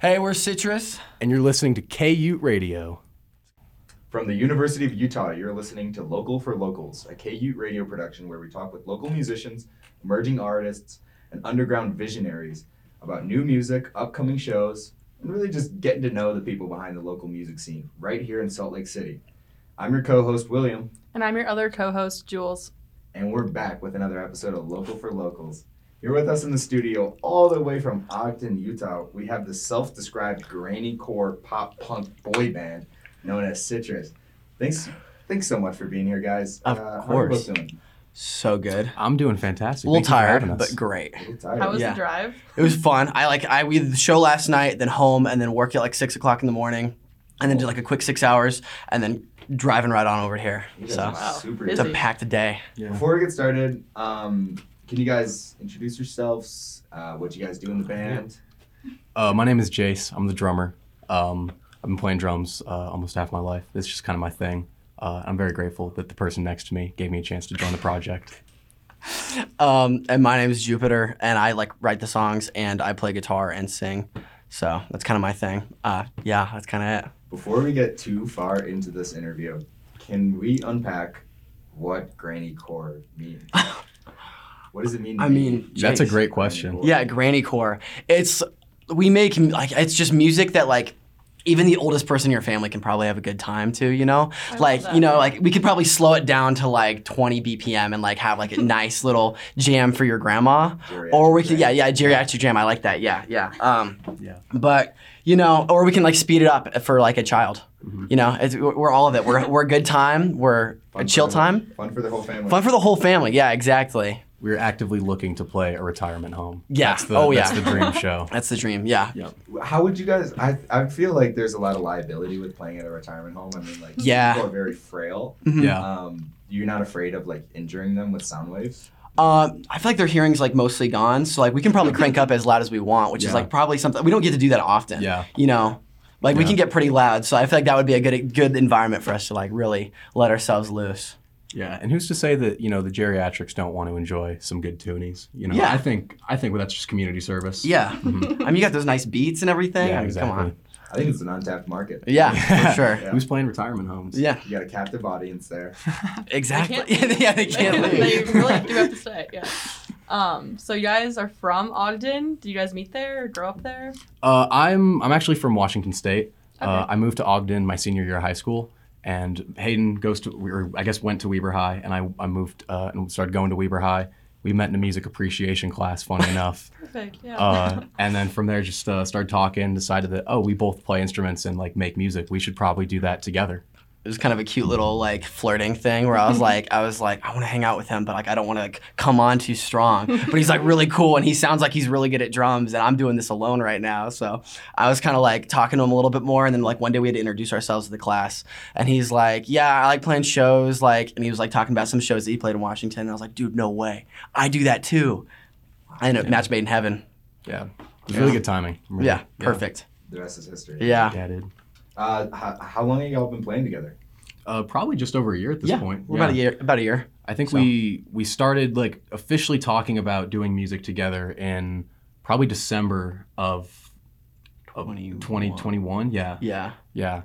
Hey, we're Citrus. and you're listening to KU Radio. From the University of Utah, you're listening to Local for Locals, a KU radio production where we talk with local musicians, emerging artists, and underground visionaries about new music, upcoming shows, and really just getting to know the people behind the local music scene right here in Salt Lake City. I'm your co host, William, And I'm your other co host, Jules. and we're back with another episode of Local for Locals. Here with us in the studio, all the way from Ogden, Utah, we have the self described grainy core pop punk boy band known as Citrus. Thanks. Thanks so much for being here, guys. Uh, Of how are you both course. doing? So good. I'm doing fantastic. A little Thank you for having tired, us. but great. A little tired. How was Yeah. the drive? It was fun. I like I we did the show last night, then home, and then work at like six o'clock in the morning, and then did like a quick six hours, and then driving right on over here. You guys So are Wow. super it's a busy. packed day. Before we get started, um, can you guys introduce yourselves? Uh, what you guys do in the band? Uh, my name is Jace. I'm the drummer. Um, I've been playing drums uh, almost half my life. It's just kind of my thing. Uh, I'm very grateful that the person next to me gave me a chance to join the project. Um, and my name is Jupiter, and I like write the songs, and I play guitar and sing. So that's kind of my thing. Uh, yeah, that's kind of it. Before we get too far into this interview, can we unpack what granny core means? what does it mean? To I be mean, That's a Jace. great question. Yeah, granny core. It's we make like it's just music that like even the oldest person in your family can probably have a good time to, you know? love like, that. you know, like we could probably slow it down to like 20 BPM and like have like a nice little jam for your grandma. Geriatric or we could, yeah, jam. yeah, geriatric jam. I like that. Yeah, yeah. Um, Yeah. But, you know, or we can like speed it up for like a child. You know, it's, we're we're all of it. We're, we're a good time. We're a Mm-hmm. fun chill for the whole- time. Fun for the whole family. Fun for the whole family. Yeah, exactly. We're actively looking to play a retirement home. Yeah. That's the, Oh, that's yeah. the dream show. That's the dream. Yeah. How would you guys? I I feel like there's a lot of liability with playing at a retirement home. I mean, like Yeah. people are very frail. Mhm. Yeah. Um, you're not afraid of like injuring them with sound waves. Um, I feel like their hearing's like mostly gone, so like we can probably crank up as loud as we want, which Yeah. is like probably something we don't get to do that often. Yeah. You know, like we Yeah. can get pretty loud, so I feel like that would be a good good environment for us to like really let ourselves loose. Yeah. And who's to say that, you know, the geriatrics don't want to enjoy some good tunies? You know, Yeah. I think I think that's just community service. Yeah. Mm-hmm. I mean, you got those nice beats and everything. I Yeah, mean, exactly. Come on. I think it's an untapped market. Yeah, for sure. Yeah. Who's playing retirement homes? Yeah, You got a captive audience there. exactly. They can't yeah, they can't they leave. really do have to stay. Yeah. Um, so you guys are from Ogden. Do you guys meet there or grow up there? Uh, I'm I'm actually from Washington State. Uh, Okay. I moved to Ogden my senior year of high school, and Hayden goes to or I guess went to Weber High, and I I moved uh, and started going to Weber High. We met in a music appreciation class, funny enough, Perfect. Yeah. uh, and then from there just uh, started talking. Decided that oh, we both play instruments and like make music. We should probably do that together. it was kind of a cute little like flirting thing where I was like, I was like, I want to hang out with him, but like I don't want to like come on too strong. But he's like really cool, and he sounds like he's really good at drums, and I'm doing this alone right now. So I was kind of like talking to him a little bit more, and then like one day we had to introduce ourselves to the class, and he's like, Yeah, I like playing shows, like, and he was like talking about some shows that he played in Washington, and I was like, Dude, no way, I do that too. I ended up match made in heaven. Yeah, it was really good timing. Really. Yeah, perfect. The rest is history. Yeah. Yeah, dude. Uh, how, how long have y'all been playing together? Uh, probably just over a year at this yeah, point. we're about a year. About a year. I think So- we we started like officially talking about doing music together in probably December of of 21. 2021. Yeah, Yeah. yeah.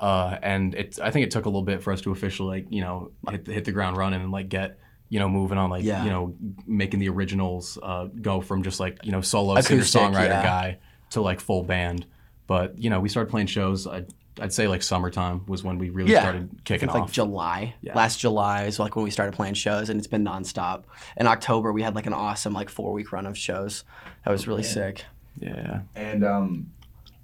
Uh, and it I think it took a little bit for us to officially like you know hit the, hit the ground running and like get you know moving on like Yeah. you know making the originals uh, go from just like you know solo singer Acoustic, songwriter yeah. guy to like full band. But you know we started playing shows. I'd, I'd say like summertime was when we really Yeah. started I kicking think off. like July. Yeah. Last July is like when we started playing shows, and it's been nonstop. In October, we had like an awesome like four week run of shows. That was really Yeah. sick. yeah. And um,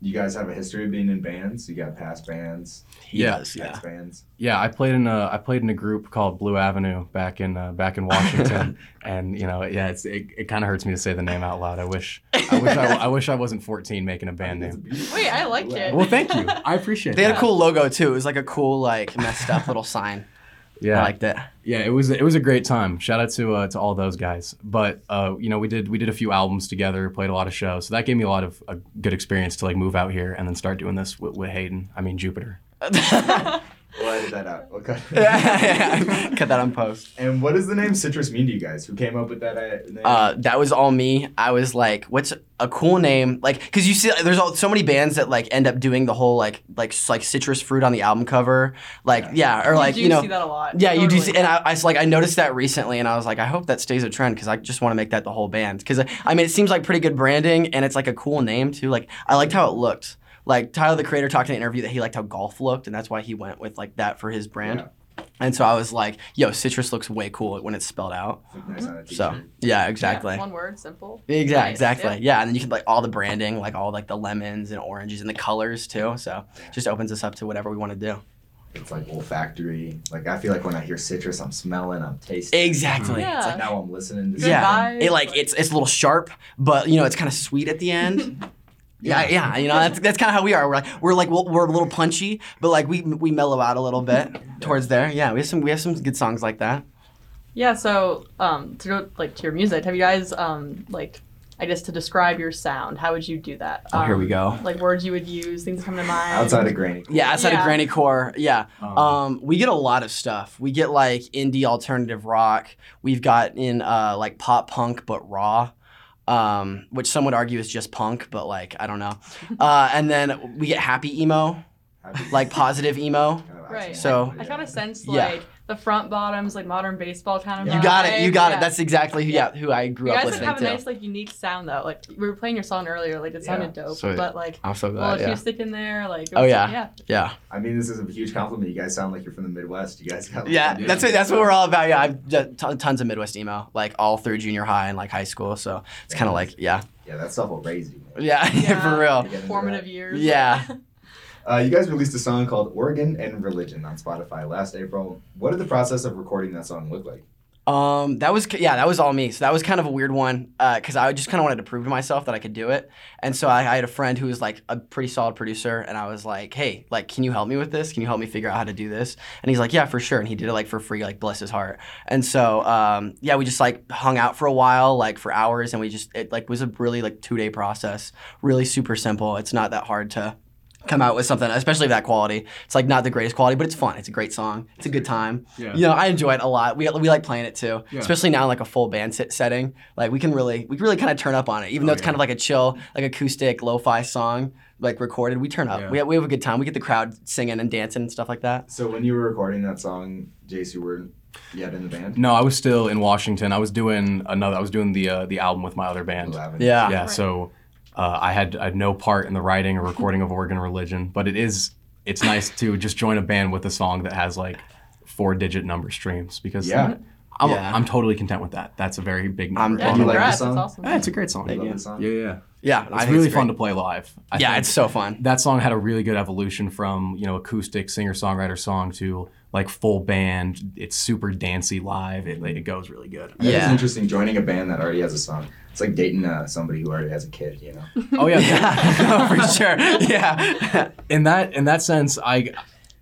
you guys have a history of being in bands. You got past bands, He Yeah. does, ex bands. Yeah, I played in a I played in a group called Blue Avenue back in uh, back in Washington, and you know, yeah, it's it, it kind of hurts me to say the name out loud. I wish I wish I, I wish I wasn't 14 making a band I think it's name. beautiful. Wait, I liked it. Well, thank you, I appreciate They had a that. cool logo too. It was like a cool like messed up little sign. I Yeah, liked it. yeah, it was it was a great time. Shout out to uh, to all those guys. But uh, you know, we did we did a few albums together, played a lot of shows, so that gave me a lot of a good experience to like move out here and then start doing this with, with Hayden. I mean Jupiter. We'll edit that out. We'll cut. yeah, yeah. Cut that on post. And what does the name Citrus mean to you guys? Who came up with that uh, name? Uh, that was all me. I was like, what's a cool name? Like, cause you see, there's all, so many bands that like end up doing the whole like like s- like citrus fruit on the album cover, like yeah, or like do you know. see that a lot. Yeah, you do. See, Totally. and I, I s- like I noticed that recently, and I was like, I hope that stays a trend because I just want to make that the whole band. Because I mean, it seems like pretty good branding, and it's like a cool name too. Like I liked how it looked. Like Tyler the Creator talked in an interview that he liked how golf looked, and that's why he went with like that for his brand. And so I was like, Yo, citrus looks way cool when it's spelled out. It's, like, nice on a So t-shirt. yeah, exactly. Yeah, one word, simple. Exactly, Nice. exactly. Yeah. Yeah. and then you can like all the branding, like all like the lemons and oranges and the colors too. So just opens us up to whatever we want to do. it's like olfactory. Like I feel like when I hear citrus, I'm smelling, I'm tasting. Exactly. Yeah. It's like, Like now I'm listening to. Good Yeah. something. vibes, it like it's it's a little sharp, but you know it's kind of sweet at the end. Yeah, yeah, you know that's that's kind of how we are. We're like we're like we'll- we're a little punchy, but like we we mellow out a little bit towards there. Yeah, we have some we have some good songs like that. Yeah, so um, to go like to your music, have you guys um, like I guess to describe your sound, how would you do that? Oh, here we Um, go. Like words you would use, things that come to mind. Outside of granny. Yeah, outside Yeah. of Granny Core, yeah, Um, Um, we get a lot of stuff. We get like indie alternative rock. We've got in uh, like pop punk, but raw, um, which some would argue is just punk, but like I don't know. Uh, and then we get happy emo, Happy- like positive emo. kind of Right. accidental, So- I kind of sense Yeah. like the front bottoms, like modern baseball kind of. You got it. You got vibe. it. That's exactly who, yeah, who I grew You up guys like, listening have a to. nice like unique sound though. Like we were playing your song earlier, like it Yeah. sounded dope, So- but like I'm so well, glad. acoustic Yeah. in there, like it Oh, was- yeah. yeah. Yeah. I mean, this is a huge compliment. You guys sound like you're from the Midwest. You guys got. like, Yeah. Yeah. That's it. That's what we're all about. Yeah. I've done ton- tons of Midwest emo, like all through junior high and like high school. So it's kind of like, yeah. Yeah, that stuff will raise you. man. Yeah. Yeah. for real. You get into Formative that. years. Yeah. Uh, you guys released a song called "Oregon and Religion" on Spotify last April. What did the process of recording that song look like? Um, that was yeah, that was all me. So that was kind of a weird one because I just kind of wanted to prove to myself that I could do it. And so I, I had a friend who was like a pretty solid producer, and I was like, hey, like, can you help me with this? Can you help me figure out how to do this? And he's like, yeah, for sure. And he did it like for free, like bless his heart. And so um, yeah, we just like hung out for a while, like for hours, and we just it like was a really like two day process. Really super simple. It's not that hard to come out with something, especially of that quality. It's like not the greatest quality, but it's fun. It's a great song. It's a good time yeah. you know, I enjoy it a lot. We, we like playing it too, Yeah. especially now in like a full band sit setting. Like we can really we can really kind of turn up on it, even Oh, though it's yeah. kind of like a chill, like acoustic lo-fi song, like recorded. We turn up. Yeah. We, we have a good time. We get the crowd singing and dancing and stuff like that. So when you were recording that song, Jace, you were yet in the band. No, I was still in Washington. I was doing another. I was doing the uh, the album with my other band. Eleven. Yeah. yeah Right. so uh, i had i had no part in the writing or recording of organ religion but it is it's nice to just join a band with a song that has like four digit number streams because Yeah. I'm, Yeah. I'm totally content with that that's a very big number Yeah, Yeah, Do you like this congrats, song? That's awesome. Eh, it's a great song I love you. the song. yeah yeah Yeah, it's really fun to play live I yeah, think it's so fun. that song had a really good evolution from you know acoustic singer songwriter song to like full band it's super dancey live it, it goes really good That is Yeah. interesting joining a band that already has a song. It's like dating uh, somebody who already has a kid, you know? oh yeah, Yeah, no, for sure. Yeah, in that in that sense, I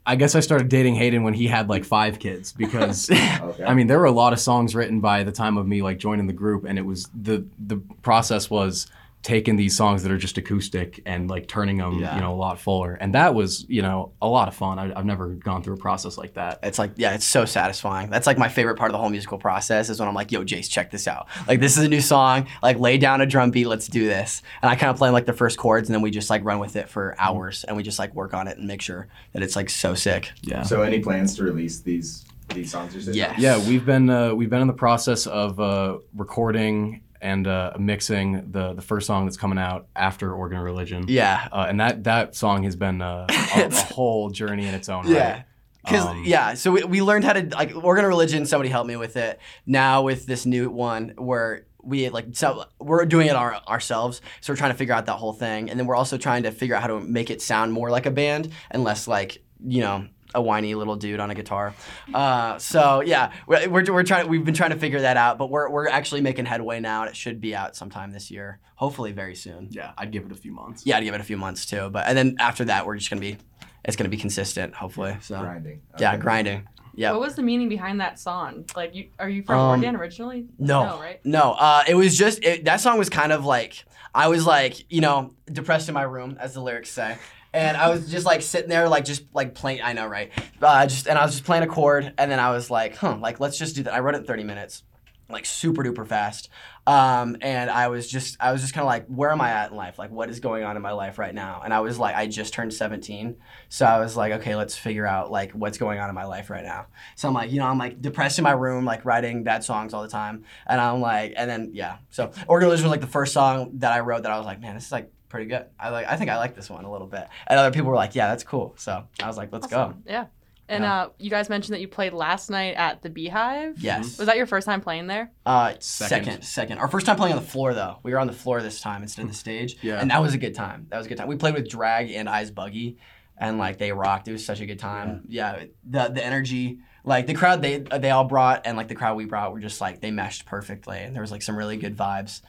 I guess I started dating Hayden when he had like five kids because Okay. I mean there were a lot of songs written by the time of me like joining the group, and it was the the process was taking these songs that are just acoustic and like turning them Yeah. you know a lot fuller, and that was you know a lot of fun. I, I've never gone through a process like that. it's like yeah, it's so satisfying. That's like my favorite part of the whole musical process is when I'm like, "Yo, Jace, check this out. Like this is a new song. Like lay down a drum beat. Let's do this." And I kind of play like the first chords, and then we just like run with it for hours, and we just like work on it and make sure that it's like so sick. Yeah. so any plans to release these these songs? You're saying? Yes. Yeah, we've been uh, we've been in the process of uh, recording and uh, mixing the the first song that's coming out after Organ of Religion. Yeah. uh, and that that song has been uh, a, a whole journey in its own Yeah. right. Cause Um, yeah, so we, we learned how to like organ of religion. Somebody helped me with it. Now with this new one where we like so we're doing it our, ourselves. So we're trying to figure out that whole thing, and then we're also trying to figure out how to make it sound more like a band and less like you know a whiny little dude on a guitar. Uh, so yeah, we're, we're, we're trying we've been trying to figure that out, but we're we're actually making headway now, and it should be out sometime this year, hopefully very soon. Yeah, I'd give it a few months. Yeah, I'd give it a few months too, but and then after that we're just gonna be it's gonna be consistent, hopefully. So. Grinding. Yeah, Okay. grinding. Yeah. What was the meaning behind that song? Like, you are you from Um, Oregon originally? No. No, right? No, uh, it was just it, that song was kind of like I was like you know depressed in my room, as the lyrics say, and I was just like sitting there, like just like playing. I know, right? Uh, just and I was just playing a chord, and then I was like, huh, like let's just do that. I wrote it in 30 minutes, like super duper fast. Um, and I was just, I was just kind of like, where am I at in life? Like, what is going on in my life right now? And I was like, I just turned 17, so I was like, okay, let's figure out like what's going on in my life right now. So I'm like, you know, I'm like depressed in my room, like writing bad songs all the time, and I'm like, and then yeah. So Organ Illusion was like the first song that I wrote that I was like, man, this is like pretty good. I like, I think I like this one a little bit. And other people were like, yeah, that's cool. So I was like, let's go. Awesome. Yeah. And Yeah. uh, you guys mentioned that you played last night at the Beehive. Yes. Was that your first time playing there? Uh, Mm-hmm. Second. second. second, Our first time playing on the floor though. We were on the floor this time instead of the stage. Hmm. Yeah. And that was a good time. That was a good time. We played with Drag and Eyes Buggy, and like they rocked. It was such a good time. Yeah. the the energy, like the crowd they they all brought, and like the crowd we brought were just like they meshed perfectly, and there was like some really good vibes.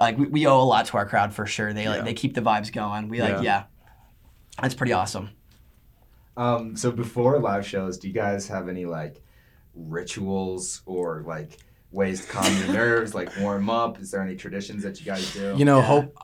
Like we, we owe a lot to our crowd for sure. They like Yeah. they keep the vibes going. We like Yeah. yeah. That's pretty awesome. Um, so before live shows, do you guys have any like rituals or like ways to calm your nerves, like warm up? Is there any traditions that you guys do? You know, Yeah. hope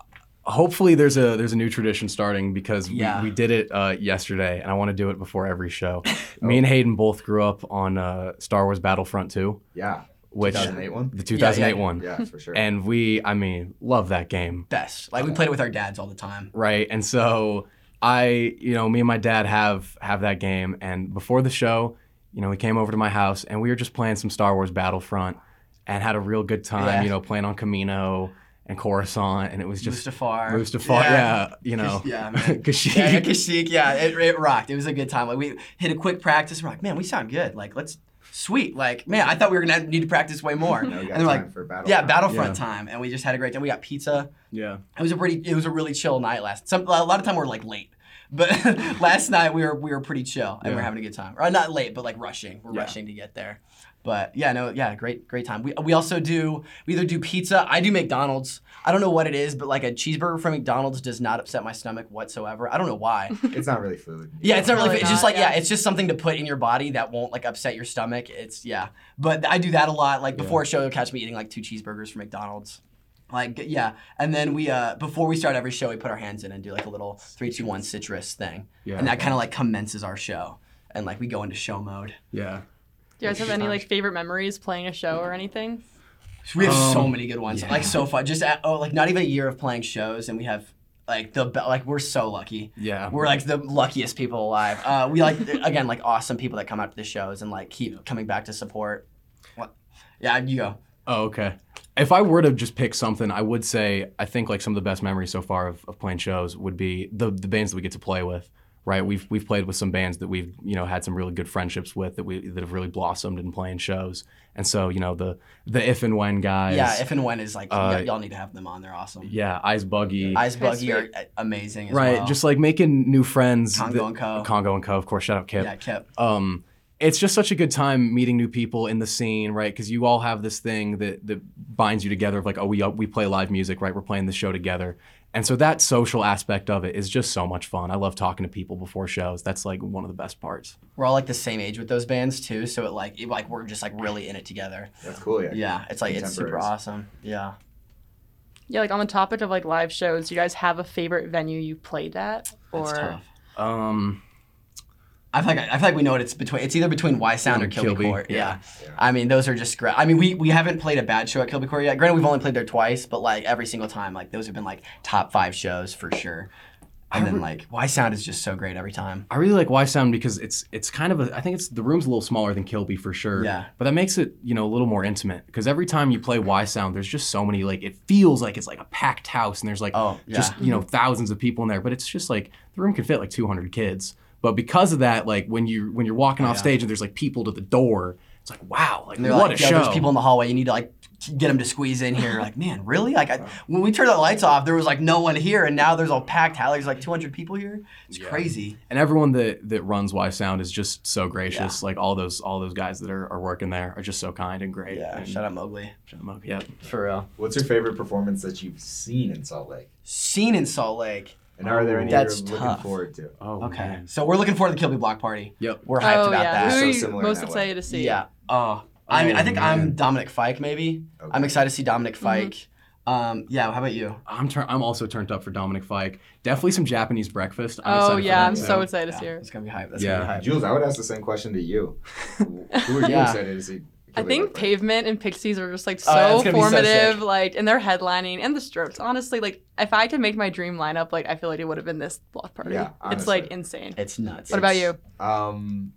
hopefully there's a there's a new tradition starting because Yeah. Oh. we, we did it uh, yesterday, and I want to do it before every show. Me and Hayden both grew up on uh, Star Wars Battlefront 2, yeah, which 2008 one. the 2008 yeah. one, Yeah, for sure. and we I mean love that game, Best. Like we played it with our dads all the time. right? And so I, you know, me and my dad have have that game, and before the show, you know, we came over to my house and we were just playing some Star Wars Battlefront, and had a real good time, Yeah. you know, playing on Camino and Coruscant, and it was just. Mustafar. Moves to far, yeah. you know, Kish- yeah, man. Kashyyyk. Yeah, yeah, Kashyyyk, yeah, it, it rocked. It was a good time. Like we hit a quick practice. We're like, man, we sound good. Like let's sweet. Like man, I thought we were gonna need to practice way more. Now we and got they're time like, for battle. yeah, Royale. Battlefront Yeah. time, and we just had a great time. We got pizza. yeah. It was a pretty. It was a really chill night last. Some a lot of time we're like late. But last night we were we were pretty chill and we Yeah. we're having a good time. Or not late, but like rushing. We're Yeah. rushing to get there. But yeah, no, yeah, great great time. We we also do we either do pizza. I do McDonald's. I don't know what it is, but like a cheeseburger from McDonald's does not upset my stomach whatsoever. I don't know why. It's not really food. Yeah, it's not really. Probably it's just not, like yeah. yeah. it's just something to put in your body that won't like upset your stomach. It's yeah. But I do that a lot. Like before a show, you'll catch me eating like two cheeseburgers from McDonald's. Like yeah, and then we uh before we start every show, we put our hands in and do like a little three, two, one citrus thing, Yeah. and that kind of like commences our show, and like we go into show mode. yeah. Do you guys have any like favorite memories playing a show or anything? We have so Um, many good ones. yeah. Like so far, just at, oh like not even a year of playing shows, and we have like the be- like we're so lucky. Yeah. We're like the luckiest people alive. Uh, we like again like awesome people that come out to the shows and like keep coming back to support. What? Yeah, you go. Oh, okay. If I were to just pick something, I would say I think like some of the best memories so far of, of playing shows would be the the bands that we get to play with. Right, we've we've played with some bands that we've you know had some really good friendships with that we that have really blossomed in playing shows, and so you know the the if and when guys, Yeah, if and when is like Uh, y- y'all need to have them on. They're awesome. yeah, eyes buggy, Eyes Buggy are sweet. uh, amazing. As right, well. just like making new friends, Congo that- and Co. Congo and Co. Of course, shout out Kip, yeah, Kip. um, it's just such a good time meeting new people in the scene, right? Because you all have this thing that that binds you together of like, oh, we we play live music, right? We're playing the show together, and so that social aspect of it is just so much fun. I love talking to people before shows. That's like one of the best parts. We're all like the same age with those bands too, so it like it, like we're just like really in it together. That's cool. Yeah. Yeah, it's like it's super Contemporaries. awesome. Yeah. Yeah, like on the topic of like live shows, do you guys have a favorite venue you played at? Or That's tough. Um, I feel like I feel like we know what it's between. It's either between Y Sound or Mm, Kilby, Kilby, Court. Yeah. yeah. I mean, those are just great. I mean, we we haven't played a bad show at Kilby Court yet. Granted, we've only played there twice, but like every single time, like those have been like top five shows for sure. And I then re- like Y Sound is just so great every time. I really like Y Sound because it's it's kind of a I think it's the room's a little smaller than Kilby for sure. Yeah. But that makes it you know a little more intimate because every time you play Y Sound, there's just so many like it feels like it's like a packed house and there's like Oh, yeah. just you know thousands of people in there, but it's just like the room can fit like 200 kids. But because of that, like when you when you're walking Oh, off Yeah. stage and there's like people to the door, it's like wow, like And they're what like, a "Yo, show. There's people in the hallway. You need to like get them to squeeze in here. like, man, really? Like, I, when we turned the lights off, there was like no one here, and now there's all packed. house. There's like 200 people here. It's Yeah. crazy. and everyone that that runs Y Sound is just so gracious. Like all those all those guys that are, are working there are just so kind and great. Yeah. And, uh, Shut up, Mowgli. shut 'em up. Yep. For real. What's your favorite performance that you've seen in Salt Lake? Scene in Salt Lake. And are there Oh, any that's you're tough. looking forward to? Oh. Okay. man. So we're looking forward to the Kilby Block Party. Yep. We're hyped oh about yeah, that. who So are you similar in most that way. excited to see? Yeah. Oh, I mean, I think man. I'm Dominic Fike. Maybe Okay. Mm-hmm. I'm excited to see Dominic Fike. Um, yeah. How about you? I'm tur- I'm also turned up for Dominic Fike. Definitely some Japanese breakfast. I'm oh excited for yeah, that I'm too. so excited Yeah, to hear. It's gonna be hype. That's Yeah. gonna be hype. Jules, I would ask the same question to you. Who are you Yeah. excited to see? I Khalid think work with? Pavement and Pixies are just like so Oh, yeah, it's gonna be so formative, sick. like, and they're headlining and the Strokes. Honestly, like, if I could make my dream lineup, like, I feel like it would have been this block party. Yeah, it's like honestly. insane. It's nuts. what about you? Um,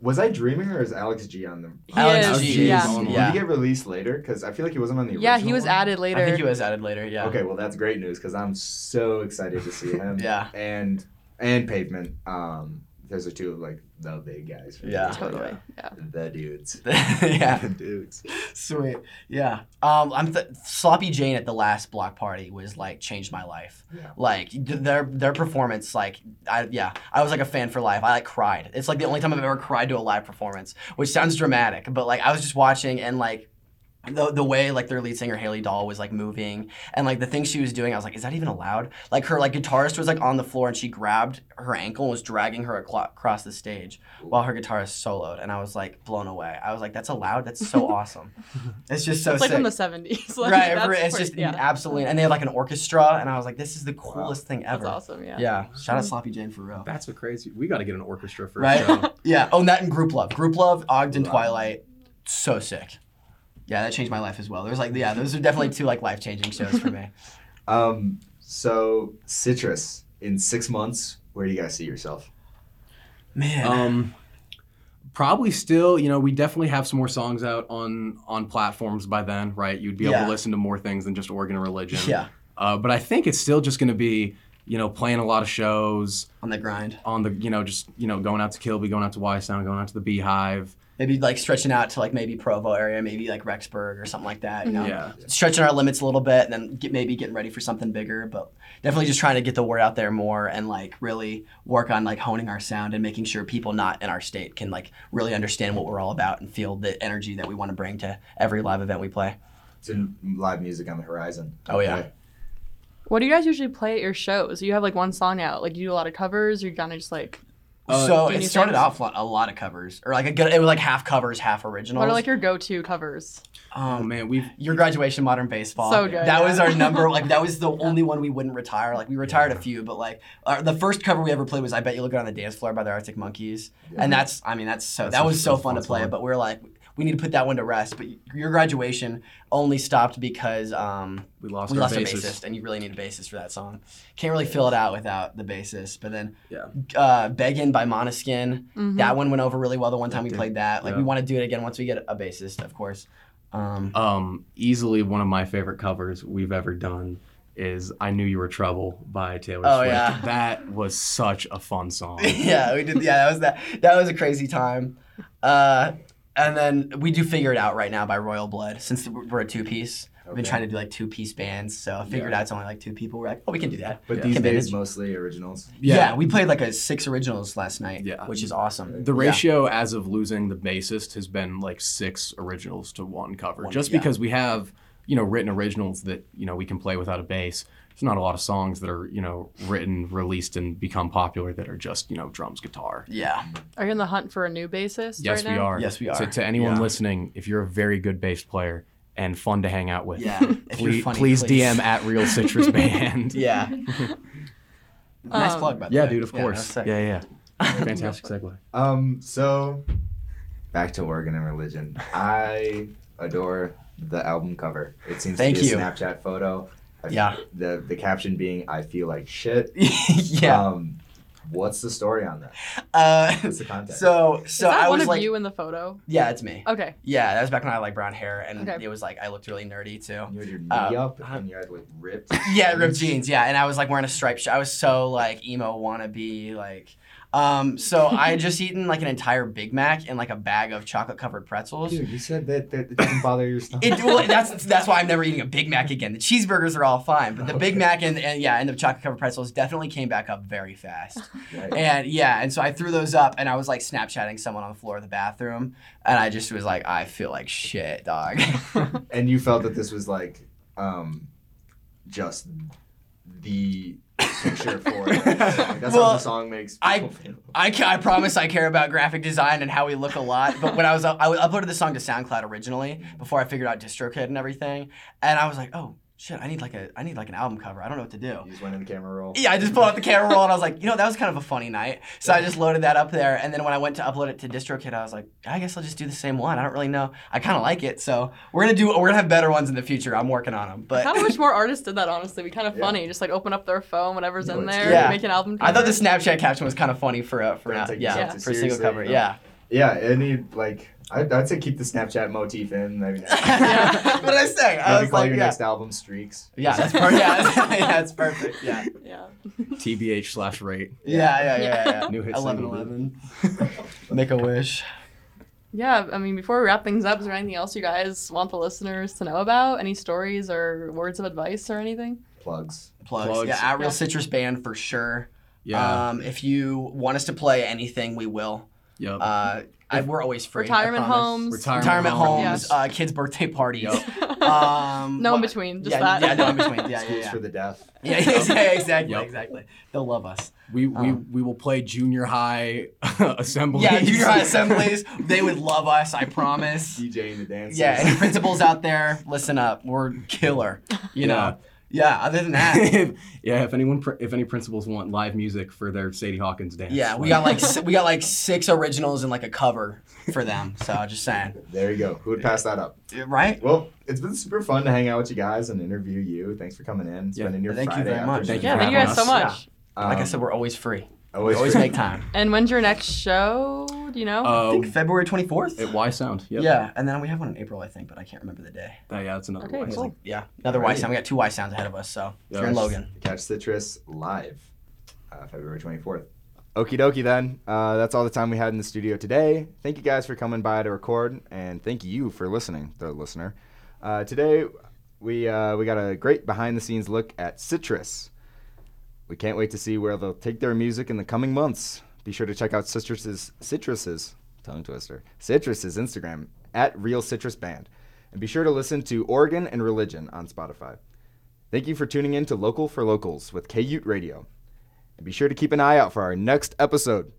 was I dreaming or is Alex G on them? He Alex is, G is yeah. on Did Yeah. he get released later? Because I feel like he wasn't on the original. Yeah, he was one. added later. I think he was added later. Yeah. Okay, well that's great news because I'm so excited to see him. Yeah. And and Pavement. Um, those are two of like the big guys. for me. Uh, Yeah. totally. Yeah. The dudes. yeah. The dudes. Sweet. Yeah. Um, I'm th- Sloppy Jane at the last block party was like changed my life. Yeah. Like th- their their performance, like I yeah, I was like a fan for life. I like cried. It's like the only time I've ever cried to a live performance, which sounds dramatic, but like I was just watching and like. The, the way like their lead singer Haley Doll was like moving and like the things she was doing I was like is that even allowed like her like guitarist was like on the floor and she grabbed her ankle and was dragging her aclo- across the stage while her guitarist soloed and I was like blown away I was like that's allowed that's so awesome it's just so It's like sick. from the 70s. Like, right, that's right, it's where- just yeah. absolutely, and they had like an orchestra, and I was like, this is the coolest thing That's ever. awesome. Yeah. Yeah. shout out Sloppy Jane for real. That's a crazy. We got to get an orchestra for Right? a show. Yeah, own that in Group Love. Group Love, Ogden Love. Twilight, so sick. Yeah, that changed my life as well. There's like, yeah, those are definitely two like life changing shows for me. Um. So citrus in six months. Where do you guys see yourself? Man, Um, probably still, you know, we definitely have some more songs out on on platforms by then, right? You'd be able Yeah. to listen to more things than just Oregon Religion. yeah, Uh, but I think it's still just going to be, you know, playing a lot of shows on the grind. on the, you know, just you know, going out to Kilby, going out to Y Sound, going out to the Beehive. Maybe like stretching out to like maybe Provo area, maybe like Rexburg or something like that. You know, Yeah. stretching our limits a little bit, and then get, maybe getting ready for something bigger. But definitely just trying to get the word out there more and like really work on like honing our sound and making sure people not in our state can like really understand what we're all about and feel the energy that we want to bring to every live event we play. It's in live music on the horizon. Oh, yeah. What do you guys usually play at your shows? You have like one song out. Like, do you do a lot of covers or you kind of just like, Uh, so do you it need started songs? off lo- a lot of covers, or like a good, it was like half covers, half originals. what are like your go to covers? Oh um, man, we've your graduation modern baseball So good, that yeah. was our number like that was the only one we wouldn't retire like we retired a few but like our, the first cover we ever played was i bet you look good on the dance floor by the arctic monkeys and that's i mean that's so That's that a- was so that's a fun to fun play song. but we are like we need to put that one to rest but your graduation only stopped because um we lost we our lost a bassist. bassist, and you really need a bassist for that song. Can't really fill it out without the bassist. But then, Yeah. uh, "Beggin" by Monoskin, Mhm. that one went over really well the one time we did. played that. Like Yeah. we want to do it again once we get a bassist, of course. Um, Um, easily one of my favorite covers we've ever done is "I Knew You Were Trouble" by Taylor Oh, Swift. yeah. That was such a fun song. yeah, we did. Yeah, that was that. That was a crazy time. Uh, and then we do "Figure It Out" right now by Royal Blood. Since we're a two piece, we've been Okay. trying to do like two piece bands. So "Figure It Yeah. Out's only like two people. We're like, oh, we can do that. But Yeah. these Can days, manage. mostly originals. Yeah. Yeah. we played like a six originals last night, Yeah. which is awesome. The Yeah. ratio as of losing the bassist has been like six originals to one cover. One, just yeah. because we have, you know, written originals that, you know, we can play without a bass. There's not a lot of songs that are, you know, written, released, and become popular that are just, you know, drums, guitar. Yeah, Are you in the hunt for a new bassist? Yes, right we now? are. Yes, we So are. to anyone Yeah. listening, if you're a very good bass player and fun to hang out with, yeah. If you're please, funny, please, DM at Real Citrus Band. Yeah. nice Um, plug, by the Yeah, way. dude, of that was course. Yeah, sick. yeah, yeah. Fantastic segue. Um, so back to Oregon and religion. I adore the album cover. It seems Thank to be you. a Snapchat photo. I- Yeah. The the caption being "I feel like shit." yeah. Um, what's the story on that? Um, Uh, What's the context? so, Is so that I one was of like, you in the photo? yeah, it's me. Okay. Yeah, that was back when I had like brown hair, and Okay. it was like I looked really nerdy too. you had your knee uh, up and you had like ripped. Yeah, ripped jeans. Yeah, and I was like wearing a striped shirt. I was so like emo wannabe. Like, um, so I had just eaten like an entire Big Mac and like a bag of chocolate covered pretzels. Dude, you said that, that it doesn't bother your stomach. It, well, that's that's why I'm never eating a Big Mac again. The cheeseburgers are all fine, but the Big Okay. Mac and, and yeah, and the chocolate covered pretzels definitely came back up very fast. Right. And yeah, and so I threw those up and I was like Snapchatting someone on the floor of the bathroom and I just was like, I feel like shit, dog. and you felt that this was like um just the picture shirt for it. That's how Well, the song makes. I- people feel. I, ca- I promise I care about graphic design and how we look a lot. But when I was up, I uploaded the song to SoundCloud originally before I figured out DistroKid and everything, and I was like, oh shit, I need like a I need like an album cover. I don't know what to do. You just went in the camera roll. Yeah, I just pulled out the camera roll and I was like, you know, that was kind of a funny night. So I just loaded that up there. And then when I went to upload it to DistroKid, I was like, I guess I'll just do the same one. I don't really know. I kind of like it. So we're going to do, we're going to have better ones in the future. I'm working on them. But Kind of wish more artists did that. Honestly, It'd be kind of Yeah. funny. Just like open up their phone, whatever's No, in it's there, true. Yeah. make an album. I thought the cover. Snapchat caption was kind of funny for, uh, for, Don't now. take yeah, yourself too for a single seriously, cover. no. Yeah. Yeah, any like I, I'd say keep the Snapchat motif in. I mean, what did I say? I maybe was call like, your yeah. next album Streaks. Yeah, that's perfect. Yeah, that's, yeah, that's perfect. Yeah. Yeah. TBH slash rate. Yeah, yeah, yeah, yeah. New hit Eleven, single. eleven. Make a wish. Yeah, I mean, before we wrap things up, is there anything else you guys want the listeners to know about? Any stories or words of advice or anything? Plugs. Plugs. Plugs. Yeah, at Real Yeah. Citrus Band for sure. Yeah. Um, if you want us to play anything, we will. yep. Uh, I, we're always free. I Retirement promise. homes. Retirement, Retirement homes. homes, uh, kids' birthday parties. Um, no in what- between, just yeah, that. Yeah, no in between. Yeah, Schools yeah, for the deaf. yeah. yeah, yeah exactly, Yep. exactly. They'll love us. We we, Um, we will play junior high assemblies. Yeah, junior high assemblies, they would love us. I promise. DJ and the dancers. Yeah, any principals out there, listen up. We're killer. You know. Yeah. Other than that, if, yeah, if anyone, pr- if any principals want live music for their Sadie Hawkins dance, yeah, we got like si- we got like six originals and like a cover for them. So just saying, There you go. Who would pass that up? right? Well, it's been super fun to hang out with you guys and interview you. Thanks for coming in, Yeah, spending your thank you Friday very much. afternoon. Thank you Yeah, for thank you having guys so us. much. Um, Like I said, we're always free. We always, always free. make time. And when's your next show? Do you know? I Uh, think February 24th. at Y Sound. Yep. Yeah, and then we have one in April, I think, but I can't remember the day. Uh, yeah, that's another Okay, Y cool. Sound. Yeah, another Y Alrighty. sound. We got two Y sounds ahead of us, so if you're in Yes. Logan. Catch Citrus live uh, February 24th. Okie dokie, then. Uh, that's all the time we had in the studio today. Thank you guys for coming by to record, and thank you for listening, the listener. Uh, today, we, uh, we got a great behind the scenes look at Citrus. We can't wait to see where they'll take their music in the coming months. Be sure to check out Citrus's, Citrus's, tongue twister, Citrus's Instagram at Real Citrus Band. And be sure to listen to Oregon and Religion on Spotify. Thank you for tuning in to Local for Locals with Kute Radio. And be sure to keep an eye out for our next episode.